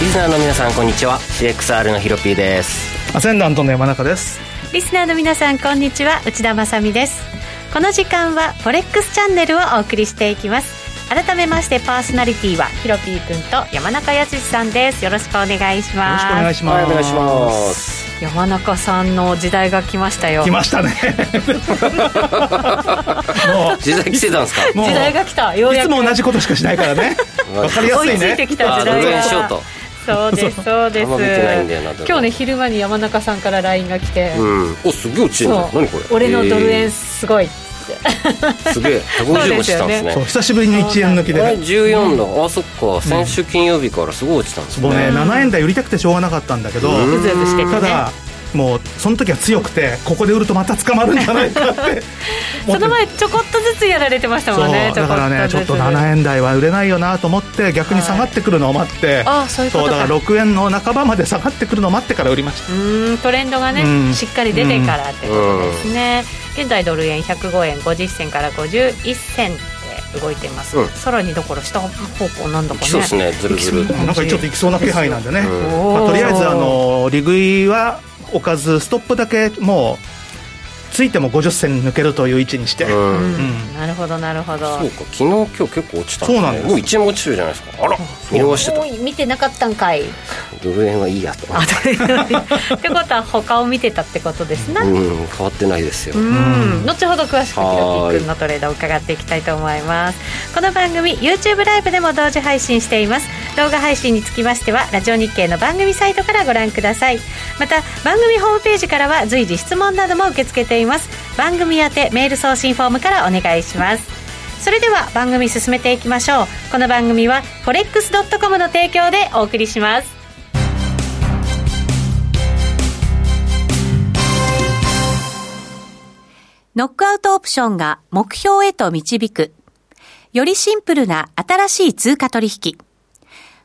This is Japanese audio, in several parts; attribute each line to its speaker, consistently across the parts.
Speaker 1: リスナーの皆さんこんにちは CXR のヒロピーです
Speaker 2: アセンダントの山中です
Speaker 3: リスナーの皆さんこんにちは内田まさみですこの時間はフォレックスチャンネルをお送りしていきます改めましてパーソナリティはヒロピーくんと山中康さんですよろしくお願いし
Speaker 2: よろ
Speaker 3: ま
Speaker 2: し
Speaker 3: す
Speaker 2: くお願いします、
Speaker 1: す
Speaker 3: 山中さんの時代が来ましたよ
Speaker 2: 来ました ねもう
Speaker 1: 実際来てたんですか
Speaker 2: もう
Speaker 3: 時代が来たよう
Speaker 2: い
Speaker 3: や
Speaker 2: つ
Speaker 3: く
Speaker 2: も同じことしかしないから ねわかりや
Speaker 3: 追
Speaker 2: すい
Speaker 3: いついて
Speaker 2: ね
Speaker 3: きた時
Speaker 1: あ
Speaker 3: 代
Speaker 1: 全
Speaker 3: が
Speaker 1: 然しようと
Speaker 3: そう ですそうで
Speaker 1: あ
Speaker 3: す
Speaker 1: んま見てないんだよなでも
Speaker 3: 今日ね昼間に山中さんから LINE が来て、
Speaker 1: うんおすげえ落ちてんじゃん
Speaker 3: そう
Speaker 1: 何これ
Speaker 3: 俺のドル円
Speaker 1: え
Speaker 3: すごい、
Speaker 1: ーすげえ150落ちたんですね
Speaker 2: そう久しぶりに1円抜き
Speaker 1: あれ
Speaker 2: で
Speaker 1: 14だ、あそっか先週金曜日からすごい落ちたんです
Speaker 2: もう
Speaker 1: ね
Speaker 2: ね7円台売りたくてしょうがなかったんだけど、
Speaker 1: うん
Speaker 3: うずうずしててね
Speaker 2: ただもうその時は強くてここで売るとまた捕まるんじゃないかって思って
Speaker 3: その前ちょこっとずつやられてました
Speaker 2: そ
Speaker 3: も
Speaker 2: うん
Speaker 3: ね
Speaker 2: だからねちょっと7
Speaker 3: 円
Speaker 2: 円台は売れないよなと思って逆に下がってくるのを待って、
Speaker 3: あそういうこ
Speaker 2: そ
Speaker 3: と
Speaker 2: う
Speaker 3: か
Speaker 2: だから6円の半ばまで下がってくるのを待ってから売りました
Speaker 3: うーんトレンドがね、
Speaker 2: うん
Speaker 3: しっかり出てからってことですね、現在ドル円105円50銭から51銭で動いてます、
Speaker 1: うん
Speaker 3: さらにどころ下方向なんだか
Speaker 1: 来そうです
Speaker 3: ね
Speaker 1: ねずるずる
Speaker 2: なんかちょっといきそうな気配なんでね、
Speaker 1: うん
Speaker 2: まあ、とりあえずあの利食いはおかずストップだけもうついても50銭抜けるという位置にして、
Speaker 1: う
Speaker 3: うん、
Speaker 1: ん
Speaker 3: なるほどなるほど
Speaker 1: そうか昨日今日結構落ちたんですね
Speaker 2: そうなんです
Speaker 1: もう1円も落ちてるじゃないですかあら見逃して
Speaker 3: おい見てなかったんかい
Speaker 1: たドル円はいいやと
Speaker 3: あということでってことは他を見てたってことですな、
Speaker 1: うん変わってないですよ
Speaker 3: うん、後ほど詳しくヒロピー君のトレードを伺っていきたいと思いますこの番組 YouTube ライブでも同時配信しています動画配信につきましてはラジオ日経の番組サイトからご覧くださいまた番組ホームページからは随時質問なども受け付けています番組宛てメール送信フォームからお願いしますそれでは番組進めていきましょうこの番組は forex.com の提供でお送りしますノックアウトオプションが目標へと導く。よりシンプルな新しい通貨取引。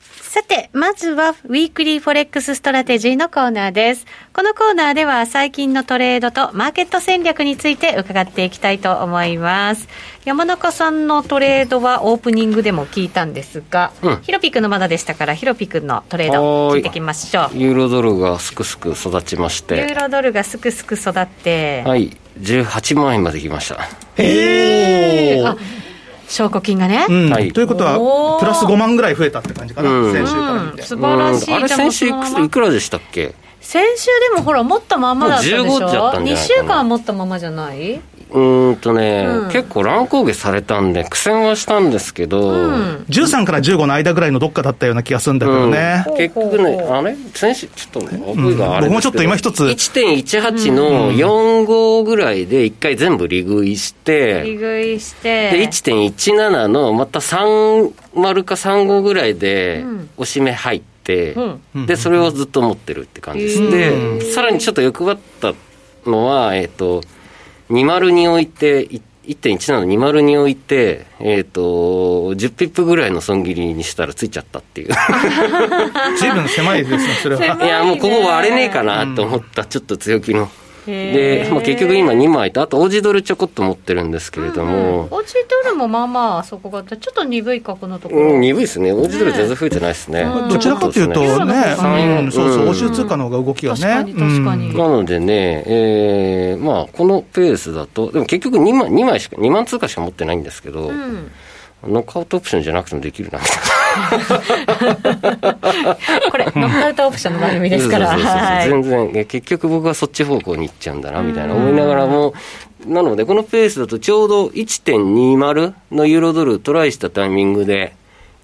Speaker 3: さて、まずは、ウィークリーフォレックスストラテジーのコーナーです。このコーナーでは、最近のトレードとマーケット戦略について伺っていきたいと思います。山中さんのトレードはオープニングでも聞いたんですが、
Speaker 1: うん
Speaker 3: ヒロピ君のまだでしたから、ヒロピ君のトレード、
Speaker 1: はー
Speaker 3: 聞
Speaker 1: い
Speaker 3: いていきましょう。
Speaker 1: ユーロドルがすくすく育ちまし
Speaker 3: ユー
Speaker 1: て
Speaker 3: ロドルがすくすく育って、
Speaker 1: はい18万円まで来ました
Speaker 2: え
Speaker 3: あ証拠金がね、
Speaker 2: うん
Speaker 1: はい
Speaker 2: ということ
Speaker 3: お
Speaker 2: は
Speaker 3: ー
Speaker 2: プラス5万ぐらい増えたって感じかな、
Speaker 1: うん
Speaker 2: 先週から見て、
Speaker 3: 素晴らしい、
Speaker 1: うんあれ
Speaker 3: じゃあも
Speaker 1: 先
Speaker 3: う
Speaker 1: 週い
Speaker 3: そのま
Speaker 1: く
Speaker 3: ま
Speaker 1: いくらでしたっけ
Speaker 3: 先週でもほら持ったまんまだったでしょ
Speaker 1: もう15じゃったんじゃないかな
Speaker 3: 2週間は持ったままじゃないう
Speaker 1: ーんとね、
Speaker 3: うん
Speaker 1: 結構乱高下されたんで苦戦はしたんですけど、
Speaker 3: うん
Speaker 2: 13から15の間ぐらいのどっかだったような気がするんだけどね、
Speaker 1: うん結局
Speaker 3: ほうほう
Speaker 1: ね、
Speaker 3: ほう
Speaker 1: あれ先週、ちょっとね、覚えがあれですけど、
Speaker 2: 僕もちょっと今一つ
Speaker 1: 1.18の45ぐらいで一回全部利食いして、
Speaker 3: 利食いして
Speaker 1: で、1.17のまた30か35ぐらいで
Speaker 3: うん、
Speaker 1: おしめ入って、
Speaker 2: うん
Speaker 1: で、それをずっと持ってるって感じです。
Speaker 3: うん
Speaker 1: で、さらにちょっと欲張ったのは、えっ、と、20に置いて、い1.1720に置いて、えっ、と、10ピップぐらいの損切りにしたらついちゃったっていう。
Speaker 2: 随分狭いですね、それは。
Speaker 1: いや、もうここ割れねえかなと思った、ちょっと強気の。
Speaker 3: へ
Speaker 1: で
Speaker 3: ー、
Speaker 1: まあ、結局今2枚と、あとオージードルちょこっと持ってるんですけれども、
Speaker 3: オージードルもまあまあそこがちょっと鈍い格のところ、
Speaker 1: うん、鈍いですね。オージードル全然増えてないですね。
Speaker 3: うん
Speaker 2: どちらかというと
Speaker 1: ちょこっですね
Speaker 2: ね、
Speaker 3: うん
Speaker 2: うん、そうそうう、
Speaker 1: ん
Speaker 2: 欧州通貨の方が動きがね。
Speaker 3: 確かに確かに
Speaker 2: うん
Speaker 1: なのでね、えーまあ、このペースだと、でも結局2万、2枚しか、2万通貨しか持ってないんですけど、
Speaker 3: うん
Speaker 1: ノックアウトオプションじゃなくてもできるな、みたいな。
Speaker 3: これ ノックアウトオプションの番組ですから
Speaker 1: そうそうそうそう
Speaker 3: はい
Speaker 1: 全然いや結局僕はそっち方向に行っちゃうんだなみたいな思いながらもなのでこのペースだとちょうど1.20のユーロドルトライしたタイミングで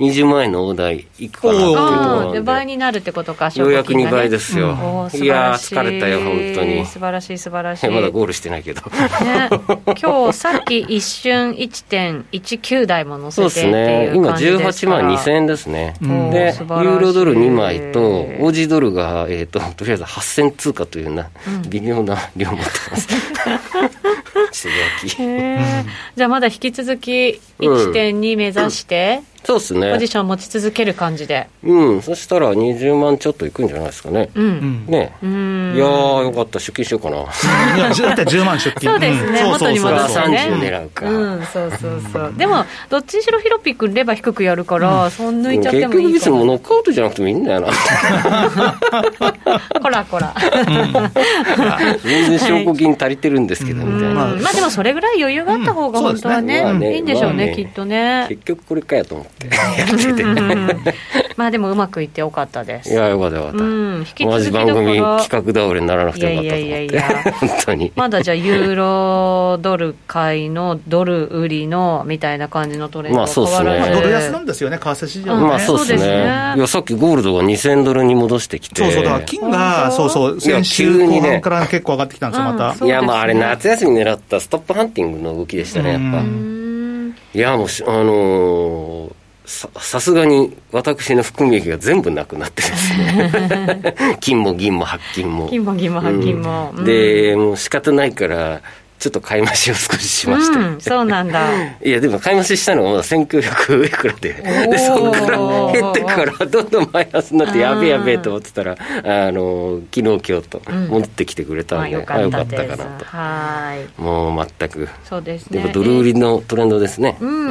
Speaker 1: 20万円の大台いくかなっていうとこ
Speaker 3: ああ
Speaker 1: ろ
Speaker 3: で
Speaker 1: な
Speaker 3: 倍
Speaker 1: んで
Speaker 3: になるってことか
Speaker 1: ようやく
Speaker 3: 証拠金
Speaker 1: 2
Speaker 3: がね
Speaker 1: 倍ですよ、
Speaker 3: おー素
Speaker 1: い
Speaker 3: 晴
Speaker 1: や
Speaker 3: ら
Speaker 1: ー
Speaker 3: し
Speaker 1: 疲れたよ本当に
Speaker 3: 素晴らしい素晴ら しい
Speaker 1: まだゴールしてないけ ど
Speaker 3: ね、今日さっき一瞬1.19台も乗
Speaker 1: そう
Speaker 3: せ
Speaker 1: で
Speaker 3: てっ
Speaker 1: すね
Speaker 3: ていう
Speaker 1: 今
Speaker 3: 感じです
Speaker 1: 18
Speaker 3: から
Speaker 1: 万2000円ですね、
Speaker 2: うん
Speaker 1: で、ユ
Speaker 3: 素晴らしい
Speaker 1: ーロドル2枚と、オージードルが、えっ、と、とりあえず8000通貨というな、微妙な量を持って ます。 つぶやき。
Speaker 3: へーじゃあまだ引き続き1.2目指して
Speaker 1: そうです
Speaker 3: ポジ
Speaker 1: ね。
Speaker 3: ション持ち続ける感じで
Speaker 1: うん、そしたら20万ちょっといくんじゃないですかね。
Speaker 3: う
Speaker 2: うんん
Speaker 1: ね
Speaker 3: う
Speaker 1: い
Speaker 3: ん
Speaker 1: やー、よかった、出勤しようかな。
Speaker 2: いやだって10万出勤。
Speaker 3: そうですね
Speaker 2: ん
Speaker 3: 元に戻
Speaker 1: ま
Speaker 3: そう
Speaker 1: だ
Speaker 3: そうそう
Speaker 1: 30狙うか。
Speaker 3: うん、そうそうそう。でも、どっちにしろヒロピ君、レバー低くやるから、そん抜いちゃって
Speaker 1: 結
Speaker 3: もい
Speaker 1: 局
Speaker 3: い
Speaker 1: いつ
Speaker 3: か
Speaker 1: も
Speaker 3: も。
Speaker 1: ノックアウトじゃなくてもいいん だよな。
Speaker 3: こらこら。
Speaker 1: 全然証拠金足りてるんですけど、みた
Speaker 3: うん
Speaker 1: い
Speaker 2: ま
Speaker 1: な。
Speaker 2: あ
Speaker 3: まあでも、それぐらい余裕があった方が
Speaker 2: うん
Speaker 3: 本当はね、
Speaker 1: そうですねまあね
Speaker 3: いいんでしょうね、
Speaker 1: まあね
Speaker 3: きっとね。
Speaker 1: 結局これかやと思って。やって て。
Speaker 3: うんうんうんまあでも、うまくいってよかったで
Speaker 1: い
Speaker 3: す。
Speaker 1: やー、よかったよかった。
Speaker 3: うん、引き
Speaker 1: 同
Speaker 3: 続
Speaker 1: じ
Speaker 3: きだ
Speaker 1: 番
Speaker 3: か
Speaker 1: 組
Speaker 3: ら
Speaker 1: 企、画倒れにならなくてよかったと
Speaker 3: いやいやい
Speaker 1: 思
Speaker 3: や
Speaker 1: っ
Speaker 3: いや
Speaker 1: て本当に
Speaker 3: まだじゃあ、ユーロドル買いの、ドル売りの、みたいな感じのトレンド
Speaker 1: ま
Speaker 3: は
Speaker 1: あ
Speaker 3: 変
Speaker 1: そうです
Speaker 3: わ
Speaker 1: ね
Speaker 3: ら
Speaker 2: まあ
Speaker 3: ず。
Speaker 2: ドル安なんですよね、為替市場ね。
Speaker 1: まあそうです
Speaker 3: そうです
Speaker 1: ね
Speaker 3: ね
Speaker 1: いやさっきゴールドが2000ドルに戻してきて
Speaker 2: そうそう、だから金が、
Speaker 3: 本当
Speaker 2: そうそう、先週
Speaker 1: いや急
Speaker 2: 後
Speaker 1: にね
Speaker 2: 半から結構上がってきたんですよ、ま
Speaker 3: うん
Speaker 2: た。
Speaker 3: そう
Speaker 1: いやまああれ
Speaker 3: ですね
Speaker 1: 夏休み狙ったストップハンティングの動きでしたねやっぱ
Speaker 2: うん
Speaker 3: うん
Speaker 1: いやもうしあのーささすがに私の含み益が全部なくなってです ね金も銀も白金も
Speaker 3: 金も銀も白金も。うん、
Speaker 1: でもう仕方ないからちょっと買い増しを少ししまして、
Speaker 3: うん、そうなんだ。
Speaker 1: いやでも買い増ししたのがまだ1900いくらで
Speaker 3: おー
Speaker 1: でそこから減ってからどんどんマイナスになってやべえやべえと思ってたらあの昨日今日と
Speaker 3: ん
Speaker 1: 戻ってきてくれた
Speaker 3: ま
Speaker 1: ん
Speaker 3: あ、
Speaker 1: で、
Speaker 3: よ
Speaker 1: あ
Speaker 3: かっ
Speaker 1: よ
Speaker 3: た
Speaker 1: かった
Speaker 3: で
Speaker 1: か
Speaker 3: す。
Speaker 1: なと
Speaker 3: はい。
Speaker 1: もう全く
Speaker 3: そうです
Speaker 1: で
Speaker 3: ね。
Speaker 1: もドル売りのトレンドですね
Speaker 3: うん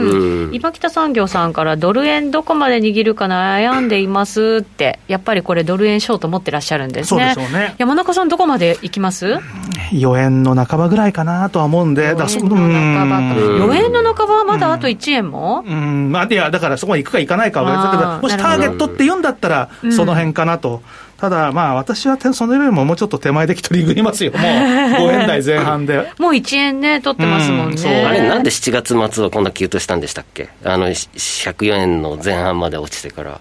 Speaker 1: うん
Speaker 3: 今北産業さんから、ドル円どこまで握るか悩んでいますって、やっぱりこれ、ドル円ショート持ってらっしゃるんです
Speaker 2: そうで
Speaker 3: ね。
Speaker 2: しょうね。
Speaker 3: 山中さん、どこまで行きます
Speaker 2: 4円の半ばぐらいかなとは思うんで、だからそ
Speaker 3: 4円の半ばか、
Speaker 1: うん
Speaker 3: 4円の半ばはまだあと1円も、
Speaker 2: うん、まあ、いや、だからそこに行くか行かないか
Speaker 3: あー
Speaker 2: は、だけどもしターゲットって言うんだったら、
Speaker 3: ん
Speaker 2: その辺かなと。ただ、まあ、私はてそれよりももうちょっと手前でき取り食います よ、もう。5円台前半で。
Speaker 3: もう1円ね、取ってますもんね。
Speaker 2: うんそう
Speaker 1: あれなんで7月末はこんな急騰したんでしたっけあのし104円の前半まで落ちてから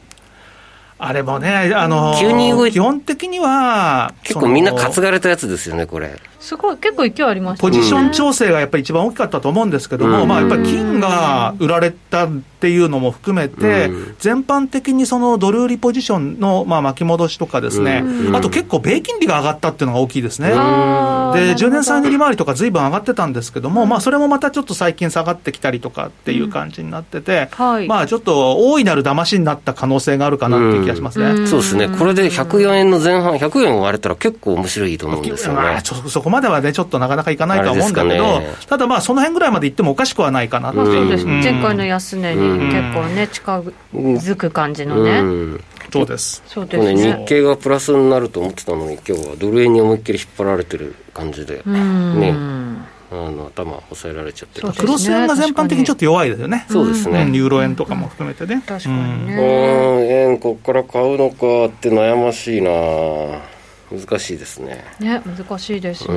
Speaker 2: あれもね、あのー
Speaker 1: 急に動いて
Speaker 2: 基本的には、
Speaker 1: 結構みんな担
Speaker 2: その
Speaker 1: がれたやつですよねこれ
Speaker 3: すごい、結構勢いありました
Speaker 2: ポ
Speaker 3: ね。
Speaker 2: ジション調整がやっぱり一番大きかったと思うんですけども、
Speaker 1: うん
Speaker 2: まあ、やっぱり金が売られたっていうのも含めて、
Speaker 1: うん
Speaker 2: 全般的にそのドル売りポジションの、まあ、巻き戻しとかですね、
Speaker 1: うん
Speaker 2: あと結構、米金利が上がったっていうのが大きいですね。
Speaker 3: あー
Speaker 2: で、
Speaker 3: なるほ
Speaker 2: 10
Speaker 3: ど
Speaker 2: 年債の利回りとかずいぶん上がってたんですけども、まあ、それもまたちょっと最近下がってきたりとかっていう感じになってて、
Speaker 3: はい
Speaker 2: まあ、ちょっと大いなる騙しになった可能性があるかなっていう気がしますね。
Speaker 3: うん
Speaker 1: そうですねこれで104円の前半100円を割れたら結構面白いと思うんですよ
Speaker 2: ま
Speaker 1: ね
Speaker 2: あちょそこまではね、ちょっとなかなかいかないとは思うんだけ
Speaker 1: あ
Speaker 2: ど、
Speaker 1: れですかね
Speaker 2: ただまあ、その辺ぐらいまで行ってもおかしくはないかなって
Speaker 3: まあそうです
Speaker 2: うん
Speaker 3: 前回の安値に結構ね、近づく感じのね、
Speaker 1: うん
Speaker 2: そうです。
Speaker 3: そうで
Speaker 1: これ
Speaker 3: す
Speaker 1: ね、
Speaker 3: ね
Speaker 1: 日。経がプラスになると思ってたのに今日はドル円に思いっきり引っ張られてる感じで、
Speaker 3: うん
Speaker 1: ねあの頭押さえられちゃってる
Speaker 3: そうです
Speaker 2: クロス円が全般的にちょっと弱いですよね。
Speaker 1: そうです
Speaker 2: うん
Speaker 1: ね、
Speaker 2: ユーロ円とかも含めてね。
Speaker 3: 確かに
Speaker 1: う
Speaker 3: ね。
Speaker 1: ん、円こっから買うのかって悩ましいな難しいですね
Speaker 3: ね、難しいですね、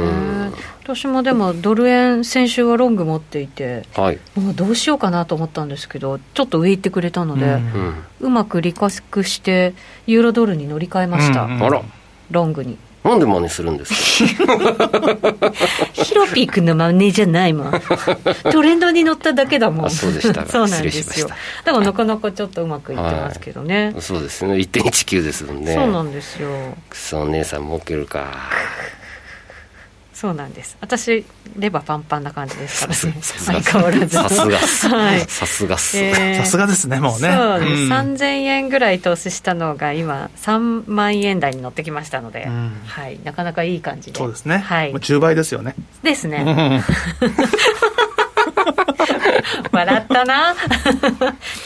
Speaker 3: 私もでもドル円先週はロング持っていて
Speaker 1: はい、
Speaker 3: もうどうしようかなと思ったんですけどちょっと上行ってくれたので、う
Speaker 2: うん
Speaker 1: うん、
Speaker 3: まく利確してユーロドルに乗り換えました、
Speaker 2: うん
Speaker 1: あら
Speaker 3: ロングに
Speaker 1: なんで真似するんです
Speaker 3: ヒロピー君の真似じゃな いもんトレンドに乗っただけだもん
Speaker 1: あそうでした
Speaker 3: そうなんで
Speaker 1: 失礼
Speaker 3: す
Speaker 1: し
Speaker 3: よ
Speaker 1: まし
Speaker 3: だからなかなかちょっとうまくいってますけどね、
Speaker 1: かそうですね1.19ですもんね
Speaker 3: そうなんですよ
Speaker 1: クソお姉さん儲けるか
Speaker 3: そうなんです私レバーパンパンな感じですからね
Speaker 1: さすが
Speaker 3: 相変わらず
Speaker 1: さすがっす
Speaker 3: はい
Speaker 1: さすがっす、
Speaker 3: えー
Speaker 2: さすがですねもうね
Speaker 3: そうです、
Speaker 2: ん
Speaker 3: 3000円ぐらい投資したのが今3万円台に乗ってきましたので、
Speaker 2: うん
Speaker 3: はい、なかなかいい感じで
Speaker 2: そうですね、
Speaker 3: はい
Speaker 2: もう、10倍ですよね
Speaker 3: です
Speaker 2: う
Speaker 3: ね
Speaker 2: ん
Speaker 3: 笑っ たな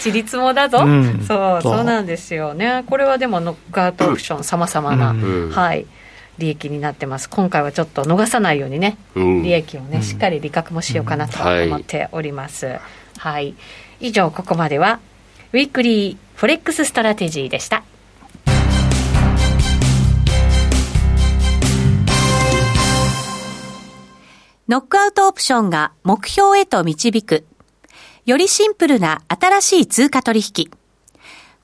Speaker 3: ちりつもだぞ、
Speaker 2: うん
Speaker 3: そう
Speaker 2: そう
Speaker 3: そうなんですよねこれはでもノックアウトオプション様々な、
Speaker 2: うん
Speaker 1: うん
Speaker 3: はい利益になってます今回はちょっと逃さないようにね
Speaker 1: うん
Speaker 3: 利益をね、
Speaker 2: うん
Speaker 3: しっかり利確もしようかなと
Speaker 1: うん
Speaker 3: 思っております、はい、以上ここまではウィークリーフォレックスストラテジーでした
Speaker 4: ノックアウトオプションが目標へと導く。よりシンプルな新しい通貨取引。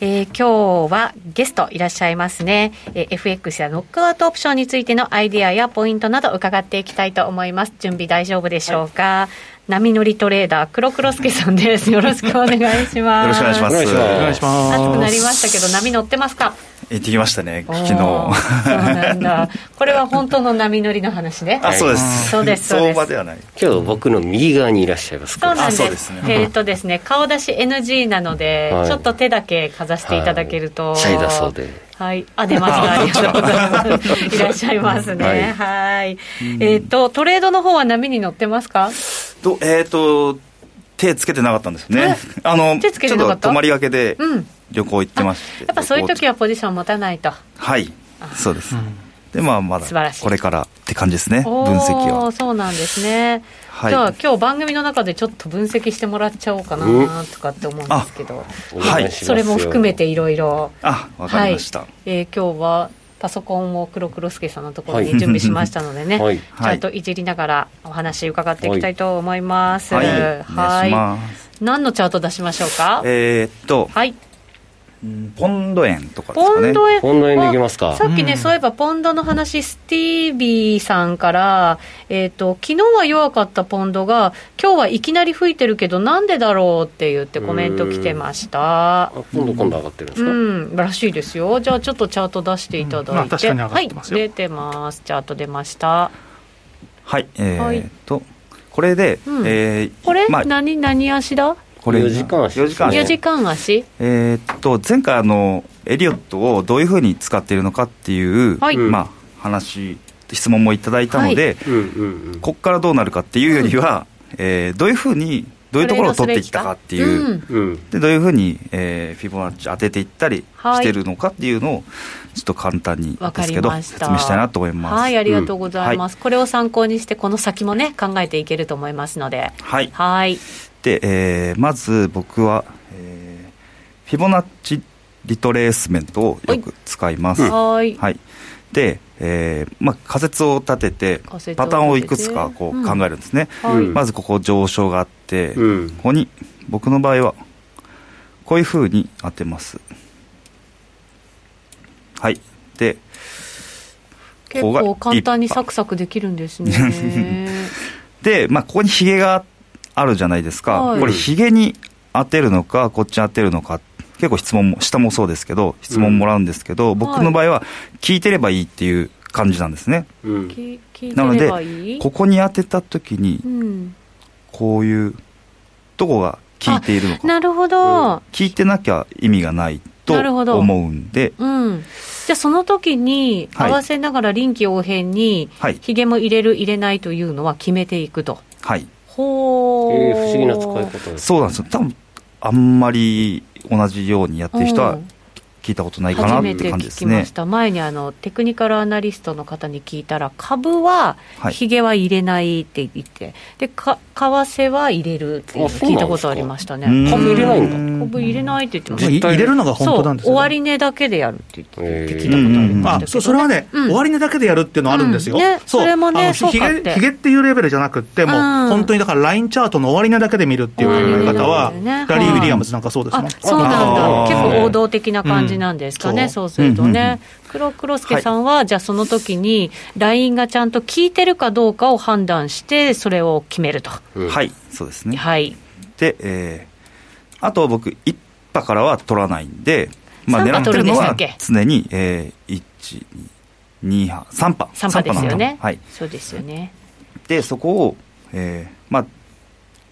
Speaker 3: えー今日はゲストいらっしゃいますね、えー FX やノックアウトオプションについてのアイデアやポイントなど伺っていきたいと思います準備大丈夫でしょうか、波乗りトレーダー黒黒助さんですよろしくお願いします
Speaker 5: よろしくお願
Speaker 1: お願い
Speaker 5: いします。
Speaker 1: します
Speaker 2: お願いします
Speaker 3: 暑くなりましたけど波乗ってますか
Speaker 5: 行ってきましたね、昨
Speaker 3: おー
Speaker 5: 日。
Speaker 3: そうなんだこれは本当の波乗りの話ね
Speaker 5: あ、そうです。
Speaker 3: そうですそうです
Speaker 5: 相場ではない。
Speaker 1: 今日僕の右側にいらっしゃいます
Speaker 3: そうなんで
Speaker 5: あ
Speaker 3: す
Speaker 5: そうですね
Speaker 3: えっ、とですね顔出し NG なので、
Speaker 1: はい
Speaker 3: ちょっと手だけかざしていただけると、
Speaker 1: はいシャイだそうで
Speaker 3: はいあ出ましたありがとうござ いますいらっしゃいますねは
Speaker 1: はいい
Speaker 3: えっ、とトレードの方は波に乗ってますか
Speaker 5: と、えっと、手つけてなかったんですよね。あの、ち
Speaker 3: 手
Speaker 5: ょっ
Speaker 3: つけてなかった
Speaker 5: と泊まりがけで
Speaker 3: うん
Speaker 5: 旅行行ってまして。
Speaker 3: やっぱそういう時
Speaker 5: は。
Speaker 3: はポジション持たないと
Speaker 5: はい、そうです。で、まあ、まだ
Speaker 3: 素晴らしい
Speaker 5: これからって感じですね、
Speaker 3: おー
Speaker 5: 分析は。
Speaker 3: そうなんですね、
Speaker 5: はい
Speaker 3: じゃあ今日番組の中でちょっと分析してもらっちゃおうかなとかって思うんですけど
Speaker 1: お願いしますよ
Speaker 3: それも含めていろいろ
Speaker 5: あ、わかりました
Speaker 3: はい。えー今日はパソコンを黒黒助さんのところに準備しましたのでね、
Speaker 1: はい
Speaker 3: ちゃんといじりながらお話伺っていきたいと思います。
Speaker 5: はい、お
Speaker 3: は
Speaker 5: 願い
Speaker 3: い
Speaker 5: します。
Speaker 3: 何のチャート出しましょうか。
Speaker 5: えーっと、
Speaker 3: はい、
Speaker 5: ポンド円とかです
Speaker 3: ポ
Speaker 5: かね
Speaker 3: ン。ド円。
Speaker 1: ポンド円でいきますか
Speaker 3: あさっきね、そういえばポンドの話、スティービーさんから、えっ、と、昨日は弱かったポンドが、今日はいきなり吹いてるけど、なんでだろうって言ってコメント来てました。
Speaker 1: あ今度今度上がってるんですか、
Speaker 3: うん、らしいですよ。じゃあちょっとチャート出していただいて。
Speaker 2: うんまあ確かに上がってますよ
Speaker 3: はい、出てます。チャート出ました。
Speaker 5: はい、えーっと、これで、
Speaker 3: うん
Speaker 5: えー
Speaker 3: これ、
Speaker 5: まあ
Speaker 3: 何何足だ？
Speaker 5: これ
Speaker 1: 四時間足
Speaker 5: 四時間足
Speaker 3: 四時間足？
Speaker 5: えーっと前回あのエリオットをどういうふうに使っているのかっていう、
Speaker 3: はい
Speaker 5: まあ、話質問もいただいたので、
Speaker 1: うんうんうん
Speaker 5: ここからどうなるかっていうよりは、えーどういうふうにどういうところを取ってきたかっていう
Speaker 3: トレードすべきか
Speaker 1: うん
Speaker 5: でどういうふうに、えーフィボナッチ当てていったり
Speaker 3: はい
Speaker 5: してるのかっていうのをちょっと簡単に
Speaker 3: わ
Speaker 5: で
Speaker 3: か
Speaker 5: す
Speaker 3: り
Speaker 5: けど
Speaker 3: まし
Speaker 5: 説
Speaker 3: た。
Speaker 5: 明したいなと思います。
Speaker 3: は、
Speaker 5: はいい、
Speaker 3: ありがとうございます。これを参考にしてこの先もね考えていけると思いますので。はい。
Speaker 5: で、えーまず僕は、えーフィボナッチリトレースメントをよく使います。
Speaker 3: はい。
Speaker 5: はい、で、えーまあ、仮説を立てて
Speaker 3: 仮説を立てて
Speaker 5: パターンをいくつかこ
Speaker 3: う
Speaker 5: うん考えるんですね、
Speaker 3: はい
Speaker 1: うん
Speaker 5: まずここ上昇があって、
Speaker 1: うん
Speaker 5: ここに僕の場合はこういうふうに当てますはいで
Speaker 3: 結
Speaker 5: ここ
Speaker 3: 構
Speaker 5: が
Speaker 3: 簡単にサクサクできるんですね
Speaker 5: で、まあ、ここにヒゲがあるじゃないですか、
Speaker 3: はい
Speaker 5: これヒゲに当てるのかこっちに当てるのか結構質問も下もそうですけど質問もらうんですけど、僕の場合は聞いてればいいっていう感じなんですね、
Speaker 1: うん。
Speaker 3: き聞
Speaker 5: ないの
Speaker 3: てれ
Speaker 5: で
Speaker 3: ばいい
Speaker 5: ここに当てた時に
Speaker 3: うん、
Speaker 5: こういうどこが聞いているのか
Speaker 3: なるほど、
Speaker 5: 聞いてなきゃ意味がないと
Speaker 3: なるほど
Speaker 5: 思うんで
Speaker 3: うん、じゃあその時に
Speaker 5: は
Speaker 3: 合
Speaker 5: い
Speaker 3: わせながら臨機応変に
Speaker 5: はい
Speaker 3: ひげも入れる入れないというのは決めていくと
Speaker 5: はい
Speaker 3: ほう、
Speaker 1: えー不思議な使い方です。
Speaker 5: そうなんですよ多分あんまり同じようにやってる人
Speaker 3: う
Speaker 5: は
Speaker 3: ん
Speaker 5: 聞いたことないかな
Speaker 3: 初
Speaker 5: っ
Speaker 3: め
Speaker 5: て
Speaker 3: て
Speaker 5: 感じ
Speaker 3: 聞
Speaker 5: です
Speaker 3: きま
Speaker 5: ね
Speaker 3: した、前にあのテクニカルアナリストの方に聞いたら株は
Speaker 5: はい
Speaker 3: ひげは入れないって言って、でか為替は入れるっていうの
Speaker 1: あそうなんです
Speaker 3: 聞
Speaker 1: か
Speaker 3: いたことありましたね
Speaker 5: うん
Speaker 1: 株入れないんだ。
Speaker 3: 株入れないって言ってま
Speaker 2: じゃあ
Speaker 3: し
Speaker 2: い
Speaker 1: 実態
Speaker 2: 入れるのが
Speaker 3: た
Speaker 2: 本当なんです
Speaker 3: そう
Speaker 2: よ、
Speaker 3: 終値だけでやるって言って
Speaker 1: へー
Speaker 3: 聞いたことありましたけど、ね
Speaker 2: あそうそれはね、
Speaker 3: うん
Speaker 2: 終値だけでやるっていうのあるんですよ、
Speaker 3: うんね
Speaker 2: う
Speaker 3: それもね
Speaker 2: あの
Speaker 3: そう
Speaker 2: ひ
Speaker 3: かっ
Speaker 2: げ
Speaker 3: て
Speaker 2: ひげっていうレベルじゃなくって、もう
Speaker 3: うん
Speaker 2: 本当にだから、ラインチャートの終値だけで見るっていう考え方は、
Speaker 3: うんうん
Speaker 2: ラリー・ウィリアムズなんかそうですもん、
Speaker 3: あそうなんだ
Speaker 1: あー
Speaker 3: 結構王道的な感じなんですか
Speaker 2: う
Speaker 3: ね、
Speaker 2: ん
Speaker 3: そうするとね、黒黒助さんは、じゃあその時に LINE がちゃんと聞いてるかどうかを判断してそれを決めると
Speaker 1: うん
Speaker 5: はいそうですね
Speaker 3: はい
Speaker 5: で、えーあと僕一派からは取らないんで、まあ、
Speaker 3: 三
Speaker 5: 狙
Speaker 3: 波
Speaker 5: ってるの
Speaker 3: 取る
Speaker 5: は
Speaker 3: んでしたっけ
Speaker 5: 常に、えー、1 2 2波3波
Speaker 3: 3波ですよね、
Speaker 5: はい、
Speaker 3: そうですよね
Speaker 5: でそこを、えーまあ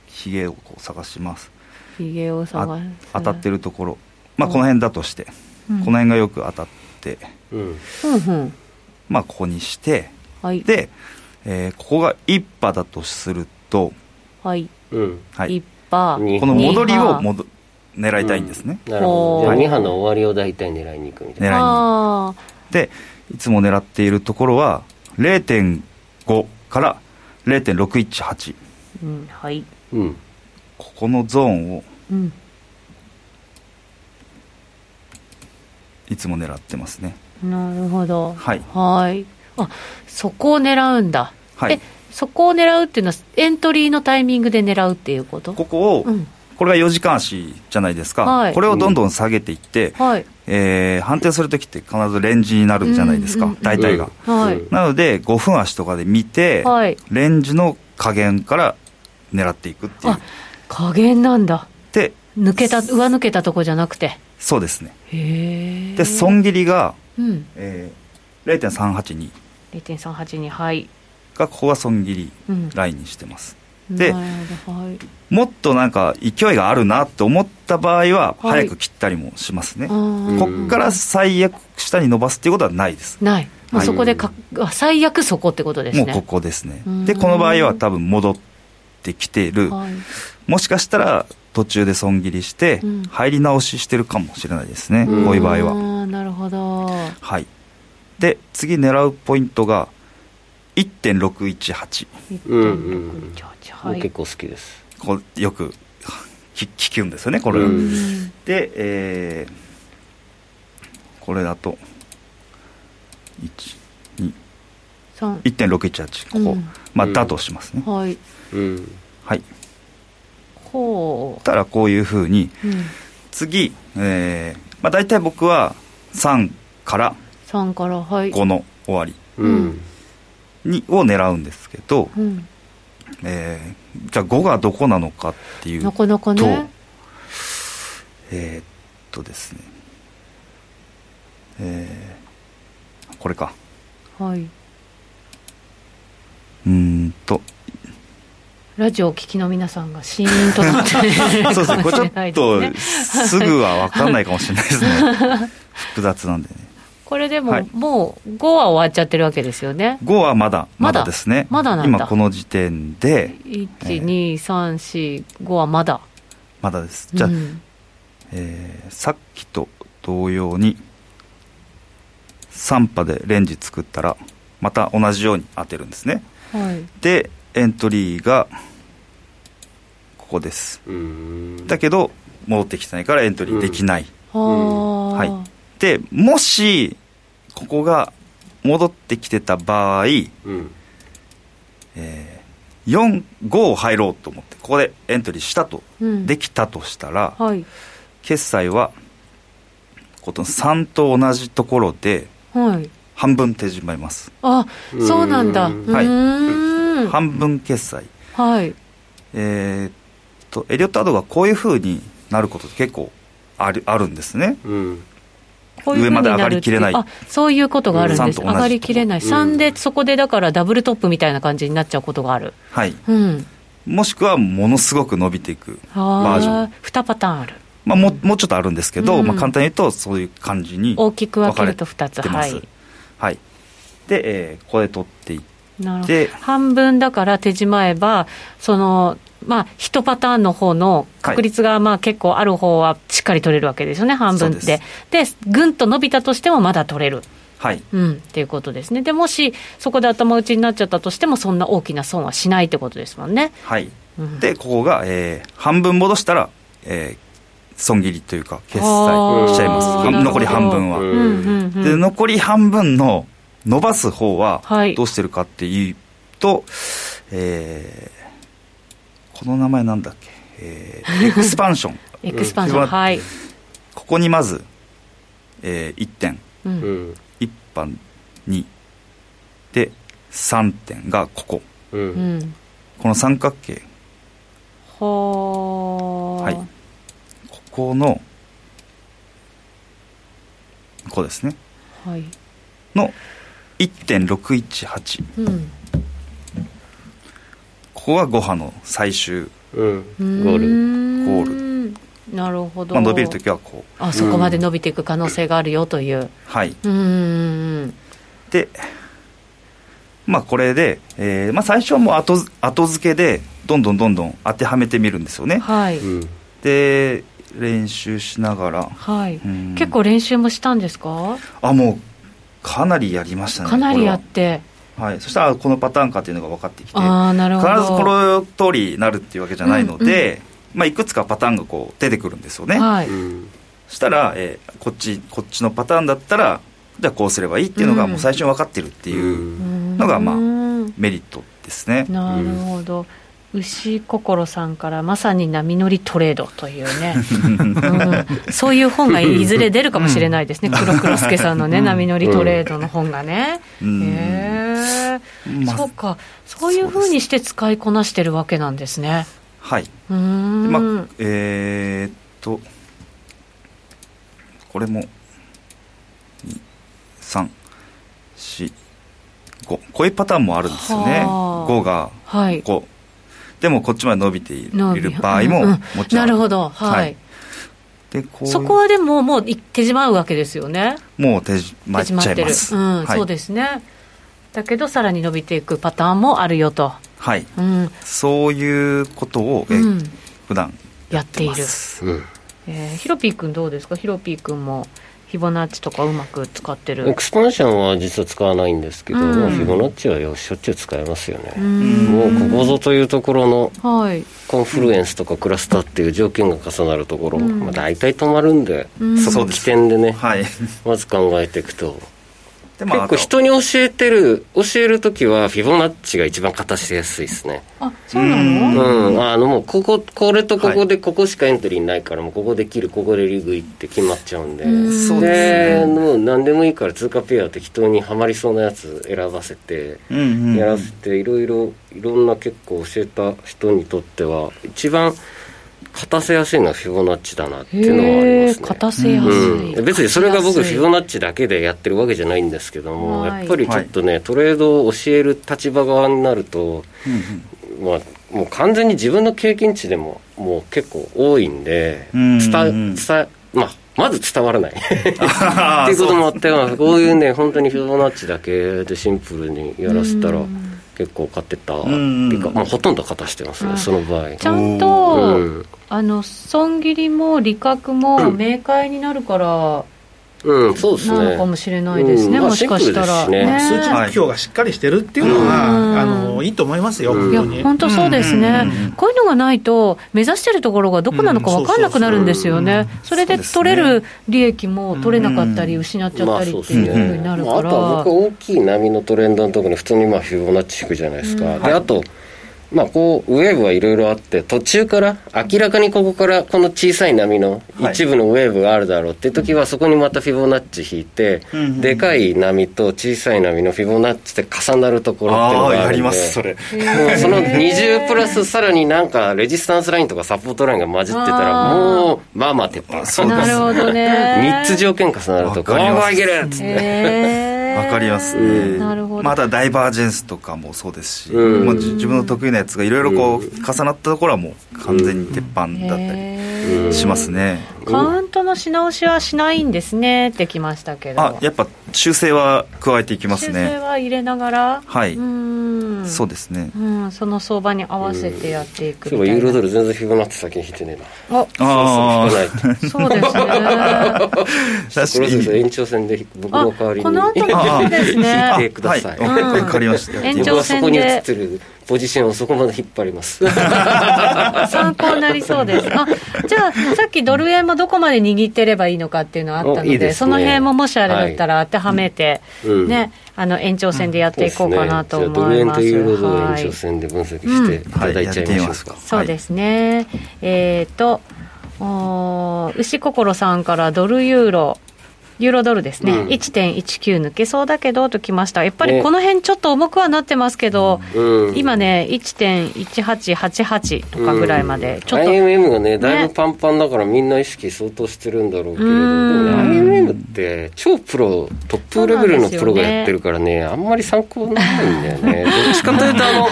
Speaker 5: ひげをこう探します
Speaker 3: ひげを
Speaker 5: あ
Speaker 3: 探す
Speaker 5: 当たって
Speaker 3: る、
Speaker 5: るところ、まあ、この辺だとして、この辺がよく当たって、
Speaker 1: うん。
Speaker 3: うんうん、
Speaker 5: まあ、ここにして
Speaker 3: はい
Speaker 5: で、えーここが一波だとすると、
Speaker 3: はい
Speaker 1: うん。
Speaker 5: はい、
Speaker 3: 一波
Speaker 1: 二
Speaker 5: この戻りを
Speaker 3: 二波
Speaker 5: 戻狙いたいんですね、
Speaker 1: なるほど。じゃ
Speaker 3: ほ
Speaker 1: あ
Speaker 3: う
Speaker 1: 2波の終わりを大体狙いに行くみたいな。
Speaker 5: 狙いに
Speaker 3: あ
Speaker 5: でいつも狙っているところは0.5から0.618
Speaker 3: ーうんはい
Speaker 1: うん。
Speaker 5: ここのゾーンを
Speaker 3: うん
Speaker 5: いつも狙ってますね
Speaker 3: なるほど
Speaker 5: はい
Speaker 3: はいあそこを狙うんだ
Speaker 5: はい
Speaker 3: えそこを狙うっていうのはエントリーのタイミングで狙うっていうこと
Speaker 5: ここを、
Speaker 3: うん
Speaker 5: これが4時間足じゃないですか、
Speaker 3: はい
Speaker 5: これをどんどん下げていって、
Speaker 3: はい
Speaker 5: えー判定するときって必ずレンジになるじゃないですか、
Speaker 3: うんうんうん
Speaker 5: 大体が、
Speaker 3: はい
Speaker 1: うん
Speaker 5: なので5分足とかで見て、
Speaker 3: はい
Speaker 5: レンジの加減から狙っていくっていう
Speaker 3: あ加減なんだ
Speaker 5: で
Speaker 3: 抜けた上抜けたとこじゃなくて
Speaker 5: そうですね
Speaker 3: へえ
Speaker 5: で損切りが、
Speaker 3: うん
Speaker 5: えー0.382
Speaker 3: 0.38にはい、
Speaker 5: がここが損切り
Speaker 3: うん、
Speaker 5: ラインにしてます、
Speaker 3: な
Speaker 5: で
Speaker 3: るほどはい
Speaker 5: もっとなんか勢いがあるなと思った場合は
Speaker 3: はい
Speaker 5: 早く切ったりもしますね、
Speaker 3: あー
Speaker 5: こっから最悪下に伸ばすっていうことはないです
Speaker 3: ないもうそこでか、あ最悪そこってことです
Speaker 5: もう
Speaker 3: ね
Speaker 5: ここですね
Speaker 3: うん
Speaker 5: でこの場合は多分戻ってきている
Speaker 3: はい、
Speaker 5: もしかしたら途中で損切りして
Speaker 3: うん
Speaker 5: 入り直ししてるかもしれないですね、
Speaker 1: うん
Speaker 5: こういう場合
Speaker 3: あ
Speaker 5: は
Speaker 3: ーなるほど
Speaker 5: はいで次狙うポイントが1.618
Speaker 3: 1.618、
Speaker 1: うんうん
Speaker 3: は
Speaker 1: 僕
Speaker 3: い
Speaker 1: 結構好きです。
Speaker 5: こうよく 聞聞くんですよねこれ、
Speaker 1: う
Speaker 3: うんん
Speaker 5: で、えーこれだと1 2
Speaker 3: 三
Speaker 5: 1.618ここ、
Speaker 3: うん
Speaker 5: まあ
Speaker 1: うん
Speaker 5: だとしますね、
Speaker 3: はい
Speaker 1: うん。
Speaker 5: はい
Speaker 3: ほ
Speaker 5: たらこういうふうに
Speaker 3: う、うん、
Speaker 5: 次、えーまあ、大体僕は3から
Speaker 3: 3からはい
Speaker 5: 5の終わり
Speaker 1: うん。
Speaker 5: にを狙うんですけど、
Speaker 3: うん、
Speaker 5: えーじゃあ5がどこなのかっていう
Speaker 3: なかなか
Speaker 5: と
Speaker 3: ね、
Speaker 5: えーっとですねえーこれか
Speaker 3: はい、
Speaker 5: うーん と
Speaker 3: ラジオをお聞きの皆さんがシーンとなって
Speaker 5: そうですね、これ
Speaker 3: かもしれ
Speaker 5: ち
Speaker 3: な
Speaker 5: ょ
Speaker 3: い
Speaker 5: っ
Speaker 3: ですね
Speaker 5: とすぐは分かんないかもしれないですね、複雑なんでね、
Speaker 3: これでも、
Speaker 5: はい
Speaker 3: もう5は終わっちゃってるわけですよね
Speaker 5: 5はまだ、
Speaker 3: ま
Speaker 5: ま
Speaker 3: だ
Speaker 5: だですね、
Speaker 3: まだなんだ
Speaker 5: 今この時点で、
Speaker 3: 12345はまだ
Speaker 5: まだです、じゃあ、
Speaker 3: うん
Speaker 5: えーさっきと同様に、3波でレンジ作ったら、また同じように当てるんですね、
Speaker 3: はい
Speaker 5: で、エントリーがここです、
Speaker 1: うん。
Speaker 5: だけど、戻ってきてないからエントリーできない。
Speaker 3: あー
Speaker 5: はい、でもしここが戻ってきてた場合、
Speaker 1: うん。
Speaker 5: えー、45入ろうと思ってここでエントリーしたと、
Speaker 3: うん
Speaker 5: できたとしたら、
Speaker 3: はい
Speaker 5: 決済はことの3と同じところで
Speaker 3: はい。
Speaker 5: 半分手締まります
Speaker 3: あ、そうなんだ。う
Speaker 1: う
Speaker 3: ー
Speaker 1: ー
Speaker 3: ん。
Speaker 5: んはい
Speaker 3: は
Speaker 5: 半分決済
Speaker 3: い。
Speaker 5: えーっとエリオットアドがこういうふうになることって結構あるあるんですね
Speaker 1: うん。
Speaker 3: こういう風に
Speaker 5: 上まで
Speaker 3: な
Speaker 5: 上
Speaker 3: る
Speaker 5: がりきれない
Speaker 3: ってうあ、そういうことがあるんです。
Speaker 5: う
Speaker 3: 上
Speaker 5: ん三と同じ
Speaker 3: がりきれない。
Speaker 1: うん
Speaker 3: 3で、そこでだからダブルトップみたいな感じになっちゃうことがある。
Speaker 5: はい
Speaker 3: うん。
Speaker 5: もしくはものすごく伸びていくバージョ
Speaker 3: あ
Speaker 5: ン
Speaker 3: あ、2パターンある。
Speaker 5: まあ、ももうちょっとあるんですけど、
Speaker 3: うん
Speaker 5: まあ、簡単に言うとそういう感じに
Speaker 3: 大きく分けると
Speaker 5: 分か
Speaker 3: 2
Speaker 5: れ
Speaker 3: つ。
Speaker 5: てま
Speaker 3: は
Speaker 5: す
Speaker 3: い。
Speaker 5: はいで、えーこれ取っていっ
Speaker 3: なるほど
Speaker 5: で。
Speaker 3: 半分だから手締まえば、その、まあ、一パターンの方の確率が、まあ、結構ある方はしっかり取れるわけですよね、半分って。
Speaker 5: そう
Speaker 3: で
Speaker 5: で
Speaker 3: ぐんと伸びたとしてもまだ取れる。
Speaker 5: はい
Speaker 3: うん、っていうことですね。で、もし、そこで頭打ちになっちゃったとしても、そんな大きな損はしないってことですもんね。
Speaker 5: はい
Speaker 3: うん、
Speaker 5: でここが、えー半分戻したら、えー損切りというか決済
Speaker 3: あ
Speaker 1: ー
Speaker 5: しちゃいます
Speaker 1: な
Speaker 5: は
Speaker 1: るほど
Speaker 5: 残り半分は、
Speaker 1: うん
Speaker 3: うんうんうん
Speaker 5: で残り半分の伸ばす方は
Speaker 3: はい
Speaker 5: どうしてるかっていうと、えーこの名前なんだっけ、えーエクスパンション
Speaker 3: エクスパンション、
Speaker 5: うん
Speaker 3: はい。
Speaker 5: ここにまず、え1点
Speaker 3: う、
Speaker 1: うんん。
Speaker 5: 1班2で3点がここ
Speaker 1: う。
Speaker 3: うんん。
Speaker 5: この三角形
Speaker 3: ほー。
Speaker 5: はいここのここですね
Speaker 3: はい。
Speaker 5: の1.618
Speaker 3: うん。
Speaker 5: ここが5波の最終、
Speaker 1: うん。ゴール。
Speaker 5: ゴ
Speaker 3: ゴ
Speaker 5: ー
Speaker 3: ル。なるほど。
Speaker 5: まあ、伸びるときはこう
Speaker 3: あそこまで伸びていく可能性があるよという。
Speaker 5: はい
Speaker 3: うんうん
Speaker 5: でまあこれで、えーまあ、最初はもう後付後付けでどんどんどんどん当てはめてみるんですよ
Speaker 3: うん、
Speaker 5: ね
Speaker 3: はい、
Speaker 1: うん。
Speaker 5: で練習しながら
Speaker 3: はい、
Speaker 5: うん
Speaker 3: 結構練習もしたんですか、
Speaker 5: あもうかなりやりましたね
Speaker 3: かなりやっ
Speaker 5: こ
Speaker 3: て、
Speaker 5: れははい、そしたらあこのパターンかっていうのが分かってきて
Speaker 3: ああ、なるほど、
Speaker 5: 必ずこの通りになるっていうわけじゃないので、まあ、いくつかパターンがこう出てくるんですよね、
Speaker 3: はい、
Speaker 1: うん。
Speaker 5: そしたら、えーこっちこっちのパターンだったらじゃあこうすればいいっていうのがもう最初に分かってるっていう、
Speaker 3: の
Speaker 5: がまあ
Speaker 3: あ、
Speaker 5: メリットですね
Speaker 3: なるほど、牛心さんからまさに波乗りトレードというね、うんそういう本がいずれ出るかもしれないですね、黒黒助さんのね、
Speaker 5: うん
Speaker 3: 波乗りトレードの本がね。
Speaker 5: うん
Speaker 3: へえ、
Speaker 5: まあ
Speaker 3: そうか、そういうふうにして使いこなしてるわけなんですね。
Speaker 5: はい、
Speaker 3: うーん、
Speaker 5: まあえーっとこれも2345こういうパターンもあるんですよね
Speaker 3: はあ
Speaker 5: 5が
Speaker 3: はい。
Speaker 5: こうでもこっちまで伸びてい
Speaker 3: 伸び
Speaker 5: る場合も
Speaker 3: うんうん
Speaker 5: もちろん
Speaker 3: なるほど、はい。
Speaker 5: でこういう
Speaker 3: そこはでも、もう手締まうわけですよね。
Speaker 5: もう手じまっ
Speaker 3: 手
Speaker 5: ち
Speaker 3: 締ま
Speaker 5: ゃ
Speaker 3: っ
Speaker 5: い
Speaker 3: て
Speaker 5: ま
Speaker 3: る。
Speaker 5: す
Speaker 3: うん、そうですね。だけど、さらに伸びていくパターンもあるよと。
Speaker 5: はい
Speaker 3: うん。
Speaker 5: そういうことを、え
Speaker 3: うん
Speaker 5: 普段
Speaker 3: やっている
Speaker 5: ま。す
Speaker 1: うん。
Speaker 3: えーヒロピー君どうですかヒロピー君も、ヒボナッチとかうまく使って
Speaker 1: エ
Speaker 3: る。
Speaker 1: クスパンションは実は使わないんですけど、
Speaker 3: うん
Speaker 1: まあフィボナッチはよしょっちゅう使えますよ
Speaker 3: う
Speaker 1: ね、
Speaker 3: ん
Speaker 1: もうここぞというところの
Speaker 3: はい。
Speaker 1: コンフルエンスとかクラスターっていう条件が重なるところ、
Speaker 3: うん
Speaker 1: まあ、大体止まるんで、
Speaker 3: うん
Speaker 1: そこ起点でね
Speaker 5: はい
Speaker 1: まず考えていくと、
Speaker 5: でま
Speaker 1: 結
Speaker 5: あ
Speaker 1: 構人に教えてる教える時はフィボナッチが一番形しやすいですね
Speaker 3: あ、そうなの
Speaker 1: う
Speaker 5: う
Speaker 1: ん、あのもうこここれとここでここしかエントリーないからもうここで切るここでリグいって決まっちゃうんで、
Speaker 3: うん
Speaker 5: そうで
Speaker 1: です
Speaker 5: ね
Speaker 1: もう何でもいいから通貨ペア適当にはまりそうなやつ選ばせて
Speaker 5: うんうん
Speaker 1: やらせていろいろいろんな結構教えた人にとっては一番勝たせやすいのはフィボナッチだなっていうのはありま
Speaker 3: へえ、
Speaker 1: すね。
Speaker 3: 勝たせやすい。
Speaker 1: うん、別にそれが僕
Speaker 3: 勝
Speaker 1: フ
Speaker 3: ちやすい
Speaker 1: ィボナッチだけでやってるわけじゃないんですけども、
Speaker 3: はい
Speaker 1: やっぱりちょっとねトレードを教える立場側になると、
Speaker 5: うん
Speaker 1: まあ、もう完全に自分の経験値でももう結構多いんで
Speaker 5: うん
Speaker 1: 伝
Speaker 5: うん
Speaker 1: 伝まあまず伝わらない
Speaker 5: あ
Speaker 1: って
Speaker 5: ー
Speaker 1: いうこともあってはこういうね本当にフィボナッチだけでシンプルにやらせたら
Speaker 3: うん
Speaker 1: 結構勝てたって
Speaker 5: ん
Speaker 1: いうかもうほとんど勝たしてます
Speaker 3: あ
Speaker 1: ねその場合
Speaker 3: ちゃん
Speaker 1: う
Speaker 3: と
Speaker 1: ん、
Speaker 3: あの損切りも利確も明快になるから
Speaker 1: うん、そうです
Speaker 3: なのか
Speaker 1: ね
Speaker 3: もしれないですね、
Speaker 1: うんまあ
Speaker 3: もしかしたら、
Speaker 1: シンプルです
Speaker 2: 数値目標がしっかりしてるっていうのは、
Speaker 3: うん
Speaker 2: あのいいと思いますよ、
Speaker 1: うん
Speaker 2: 本
Speaker 3: いや
Speaker 2: 当に。
Speaker 3: 本当そうですね、
Speaker 5: うんうんうんうん
Speaker 3: こういうのがないと目指してるところがどこなのか分かんなくなるんですよね、そ
Speaker 5: そうそ
Speaker 3: れ
Speaker 5: うそう
Speaker 3: で取れる利益も取れなかったり失っちゃったりっていうふうになる
Speaker 1: まあ、
Speaker 3: か
Speaker 1: あとは
Speaker 3: ら
Speaker 1: 僕大きい波のトレンドのところに普通にまあフィボナッチ引くじゃないですか、
Speaker 3: うん
Speaker 1: であとまあこうウェーブはいろいろあって途中から明らかにここからこの小さい波の一部のウェーブがあるだろうって時はそこにまたフィボナッチ引いて、でかい波と小さい波のフィボナッチで重なるところっていうの
Speaker 5: あ
Speaker 1: が
Speaker 5: あ
Speaker 1: あ
Speaker 5: や
Speaker 1: るんで
Speaker 5: りますそれ
Speaker 1: もうその20プラスさらになんかレジスタンスラインとかサポートラインが混じってた
Speaker 3: あ
Speaker 1: ら
Speaker 3: ー
Speaker 1: もうまあまあ鉄板
Speaker 5: そうで
Speaker 3: なる
Speaker 5: す
Speaker 3: ほどね
Speaker 1: 3つ条件重なると
Speaker 5: わかります
Speaker 1: ゴーゴーいけるっつって
Speaker 3: へー
Speaker 5: わかりますね
Speaker 3: なるほど
Speaker 5: またダイバージェンスとかもそうですし、
Speaker 1: うん
Speaker 5: まあ、じ自分の得意なやつがいろいろこう重なったところはもう完全に鉄板だったり
Speaker 3: へー
Speaker 5: しますね、
Speaker 3: カウントのし直しはしないんですねってきましたけど
Speaker 5: あやっぱ修正は加えていきます
Speaker 3: 修正
Speaker 5: ね
Speaker 3: は入れながら
Speaker 5: は
Speaker 3: う
Speaker 5: い、
Speaker 3: ーん
Speaker 5: そうですね
Speaker 3: うん、その相場に合わせてやっていく
Speaker 1: そうい
Speaker 3: み
Speaker 1: えば
Speaker 3: た
Speaker 1: ユーロ
Speaker 3: いな
Speaker 1: ドル全然フィボナッチ先に引いてねえ
Speaker 3: あ
Speaker 1: な
Speaker 5: あ
Speaker 1: そうそう
Speaker 5: あ
Speaker 1: 引かないと
Speaker 3: そうですね
Speaker 5: 確
Speaker 1: こ
Speaker 5: か
Speaker 1: れです
Speaker 5: に
Speaker 1: 延長戦で僕の代わりに
Speaker 3: あこの後も
Speaker 5: いい
Speaker 3: ですね
Speaker 1: 引いてください、
Speaker 5: あはいわかりまし た
Speaker 3: うん延
Speaker 1: 僕
Speaker 3: 長
Speaker 1: は
Speaker 3: 戦
Speaker 1: そ
Speaker 3: で
Speaker 1: こに映ってるポジションをそこまで引っ張り ます
Speaker 3: 参考になりそうですあじゃあさっきドル円もどこまで握ってればいいのかっていうのはあったので
Speaker 1: おいいですね
Speaker 3: その辺ももしあれだったら当てはめて、
Speaker 1: うん
Speaker 3: ね、あの延長戦でやっていこうかなと思い
Speaker 1: そうですねじゃあドル円
Speaker 3: ます、
Speaker 1: とユーロドル
Speaker 3: は
Speaker 1: 延
Speaker 3: い
Speaker 1: 長戦で分析していただいちゃいましょうか、
Speaker 3: そうですね。えっ、と、おー牛心さんからドルユーロ、ユーロドルですね、
Speaker 1: うん
Speaker 3: 1.19抜けそうだけどときました。やっぱり
Speaker 1: ね
Speaker 3: この辺ちょっと重くはなってますけど、
Speaker 1: うん
Speaker 3: 今ね、1.1888とかぐらいまで、ちょっと、
Speaker 1: IMM がねだいぶパンパンだからみんな意識相当してるんだろうけれど、
Speaker 3: うん
Speaker 1: でもね IMM って超プロトップレベルのプロがやってるからねあんまり参考にならないんだよね どっちかというとあの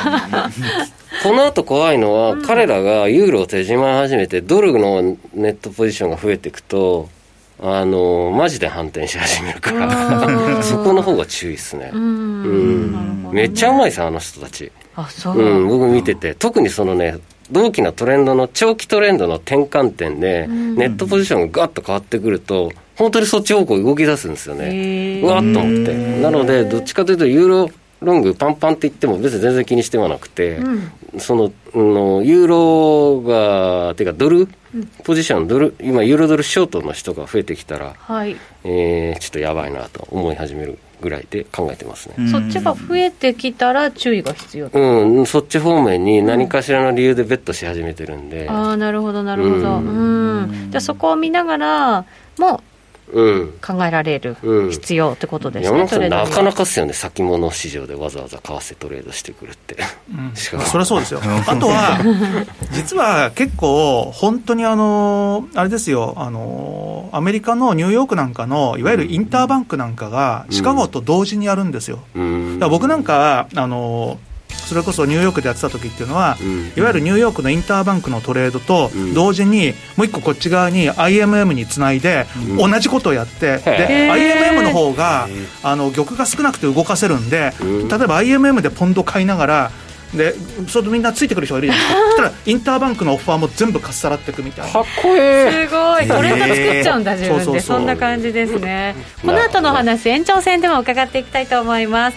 Speaker 1: この後怖いのは、彼らがユーロを手締まり始めてドルのネットポジションが増えていくとあのマジで反転し始めるか
Speaker 3: う
Speaker 1: ら
Speaker 3: ん
Speaker 1: そこの方が注意ですね
Speaker 3: うーん
Speaker 1: うん
Speaker 3: なるほどね
Speaker 1: めっちゃうまいさあの人たち
Speaker 3: あ、そう。
Speaker 1: うん、僕見てて、特にそのね、大きなトレンドの、長期トレンドの転換点で、
Speaker 3: ん
Speaker 1: ネットポジションがガッと変わってくると、本当にそっち方向に動き出すんですよね。
Speaker 3: へー
Speaker 1: うわっと思って。なので、どっちかというと、ユーロロングパンパンって言っても、別に全然気にしてはなくて、
Speaker 3: うん
Speaker 1: その、うんのユーロが、てかドル、ポジション、ドル、今、ユーロドルショートの人が増えてきたら、
Speaker 3: はい。
Speaker 1: えー、ちょっとやばいなと思い始めるぐらいで考えてますね。
Speaker 3: そっちが増えてきたら注意が必要と。
Speaker 1: うん、そっち方面に何かしらの理由でベットし始めてるんで、
Speaker 3: ああ、なるほど、なるほ
Speaker 1: う
Speaker 3: ど。うん。じゃあそこを見ながら、もう、
Speaker 1: うん、
Speaker 3: 考えられる
Speaker 1: うん
Speaker 3: 必要ってことですね、
Speaker 1: 山本さ
Speaker 3: トレ
Speaker 1: ん、
Speaker 3: ード
Speaker 1: な
Speaker 3: には
Speaker 1: かなかっすよね、先物市場でわざわざ為替トレードしてくるって、 しかも
Speaker 2: そりゃそうですよ、あと は、実は結構、本当にあのあれですよあの、アメリカのニューヨークなんかの、いわゆるインターバンクなんかが、シカゴと同時にやるんですよ。
Speaker 1: うん、
Speaker 2: だから僕なんかはあのそれこそニューヨークでやってた時っていうのは、
Speaker 1: うん
Speaker 2: いわゆるニューヨークのインターバンクのトレードと
Speaker 1: うん
Speaker 2: 同時に、もう一個こっち側に IMM につないで、同じことをやって、で
Speaker 3: へー
Speaker 2: IMM の方があの玉が少なくて動かせるんで、
Speaker 1: うん
Speaker 2: 例えば IMM でポンド買いながらでそれでみんなついてくる人がいるじゃな いですかそしたらインターバンクのオファーも全部かっさらっていくみたいな
Speaker 1: かっこええ
Speaker 3: すごいトレンド作っちゃうんだ自分で、
Speaker 2: そうそうそう
Speaker 3: そんな感じですねこ
Speaker 1: なるほど
Speaker 3: の後のお話延長戦でも伺っていきたいと思います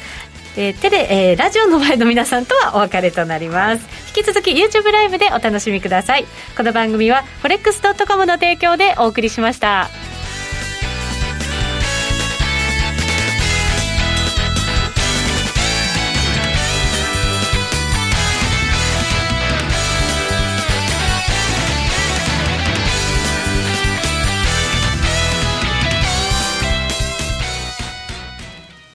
Speaker 3: えー手で、えーラジオの前の皆さんとはお別れとなります引き続き YouTube ライブでお楽しみくださいこの番組は forex.com の提供でお送りしました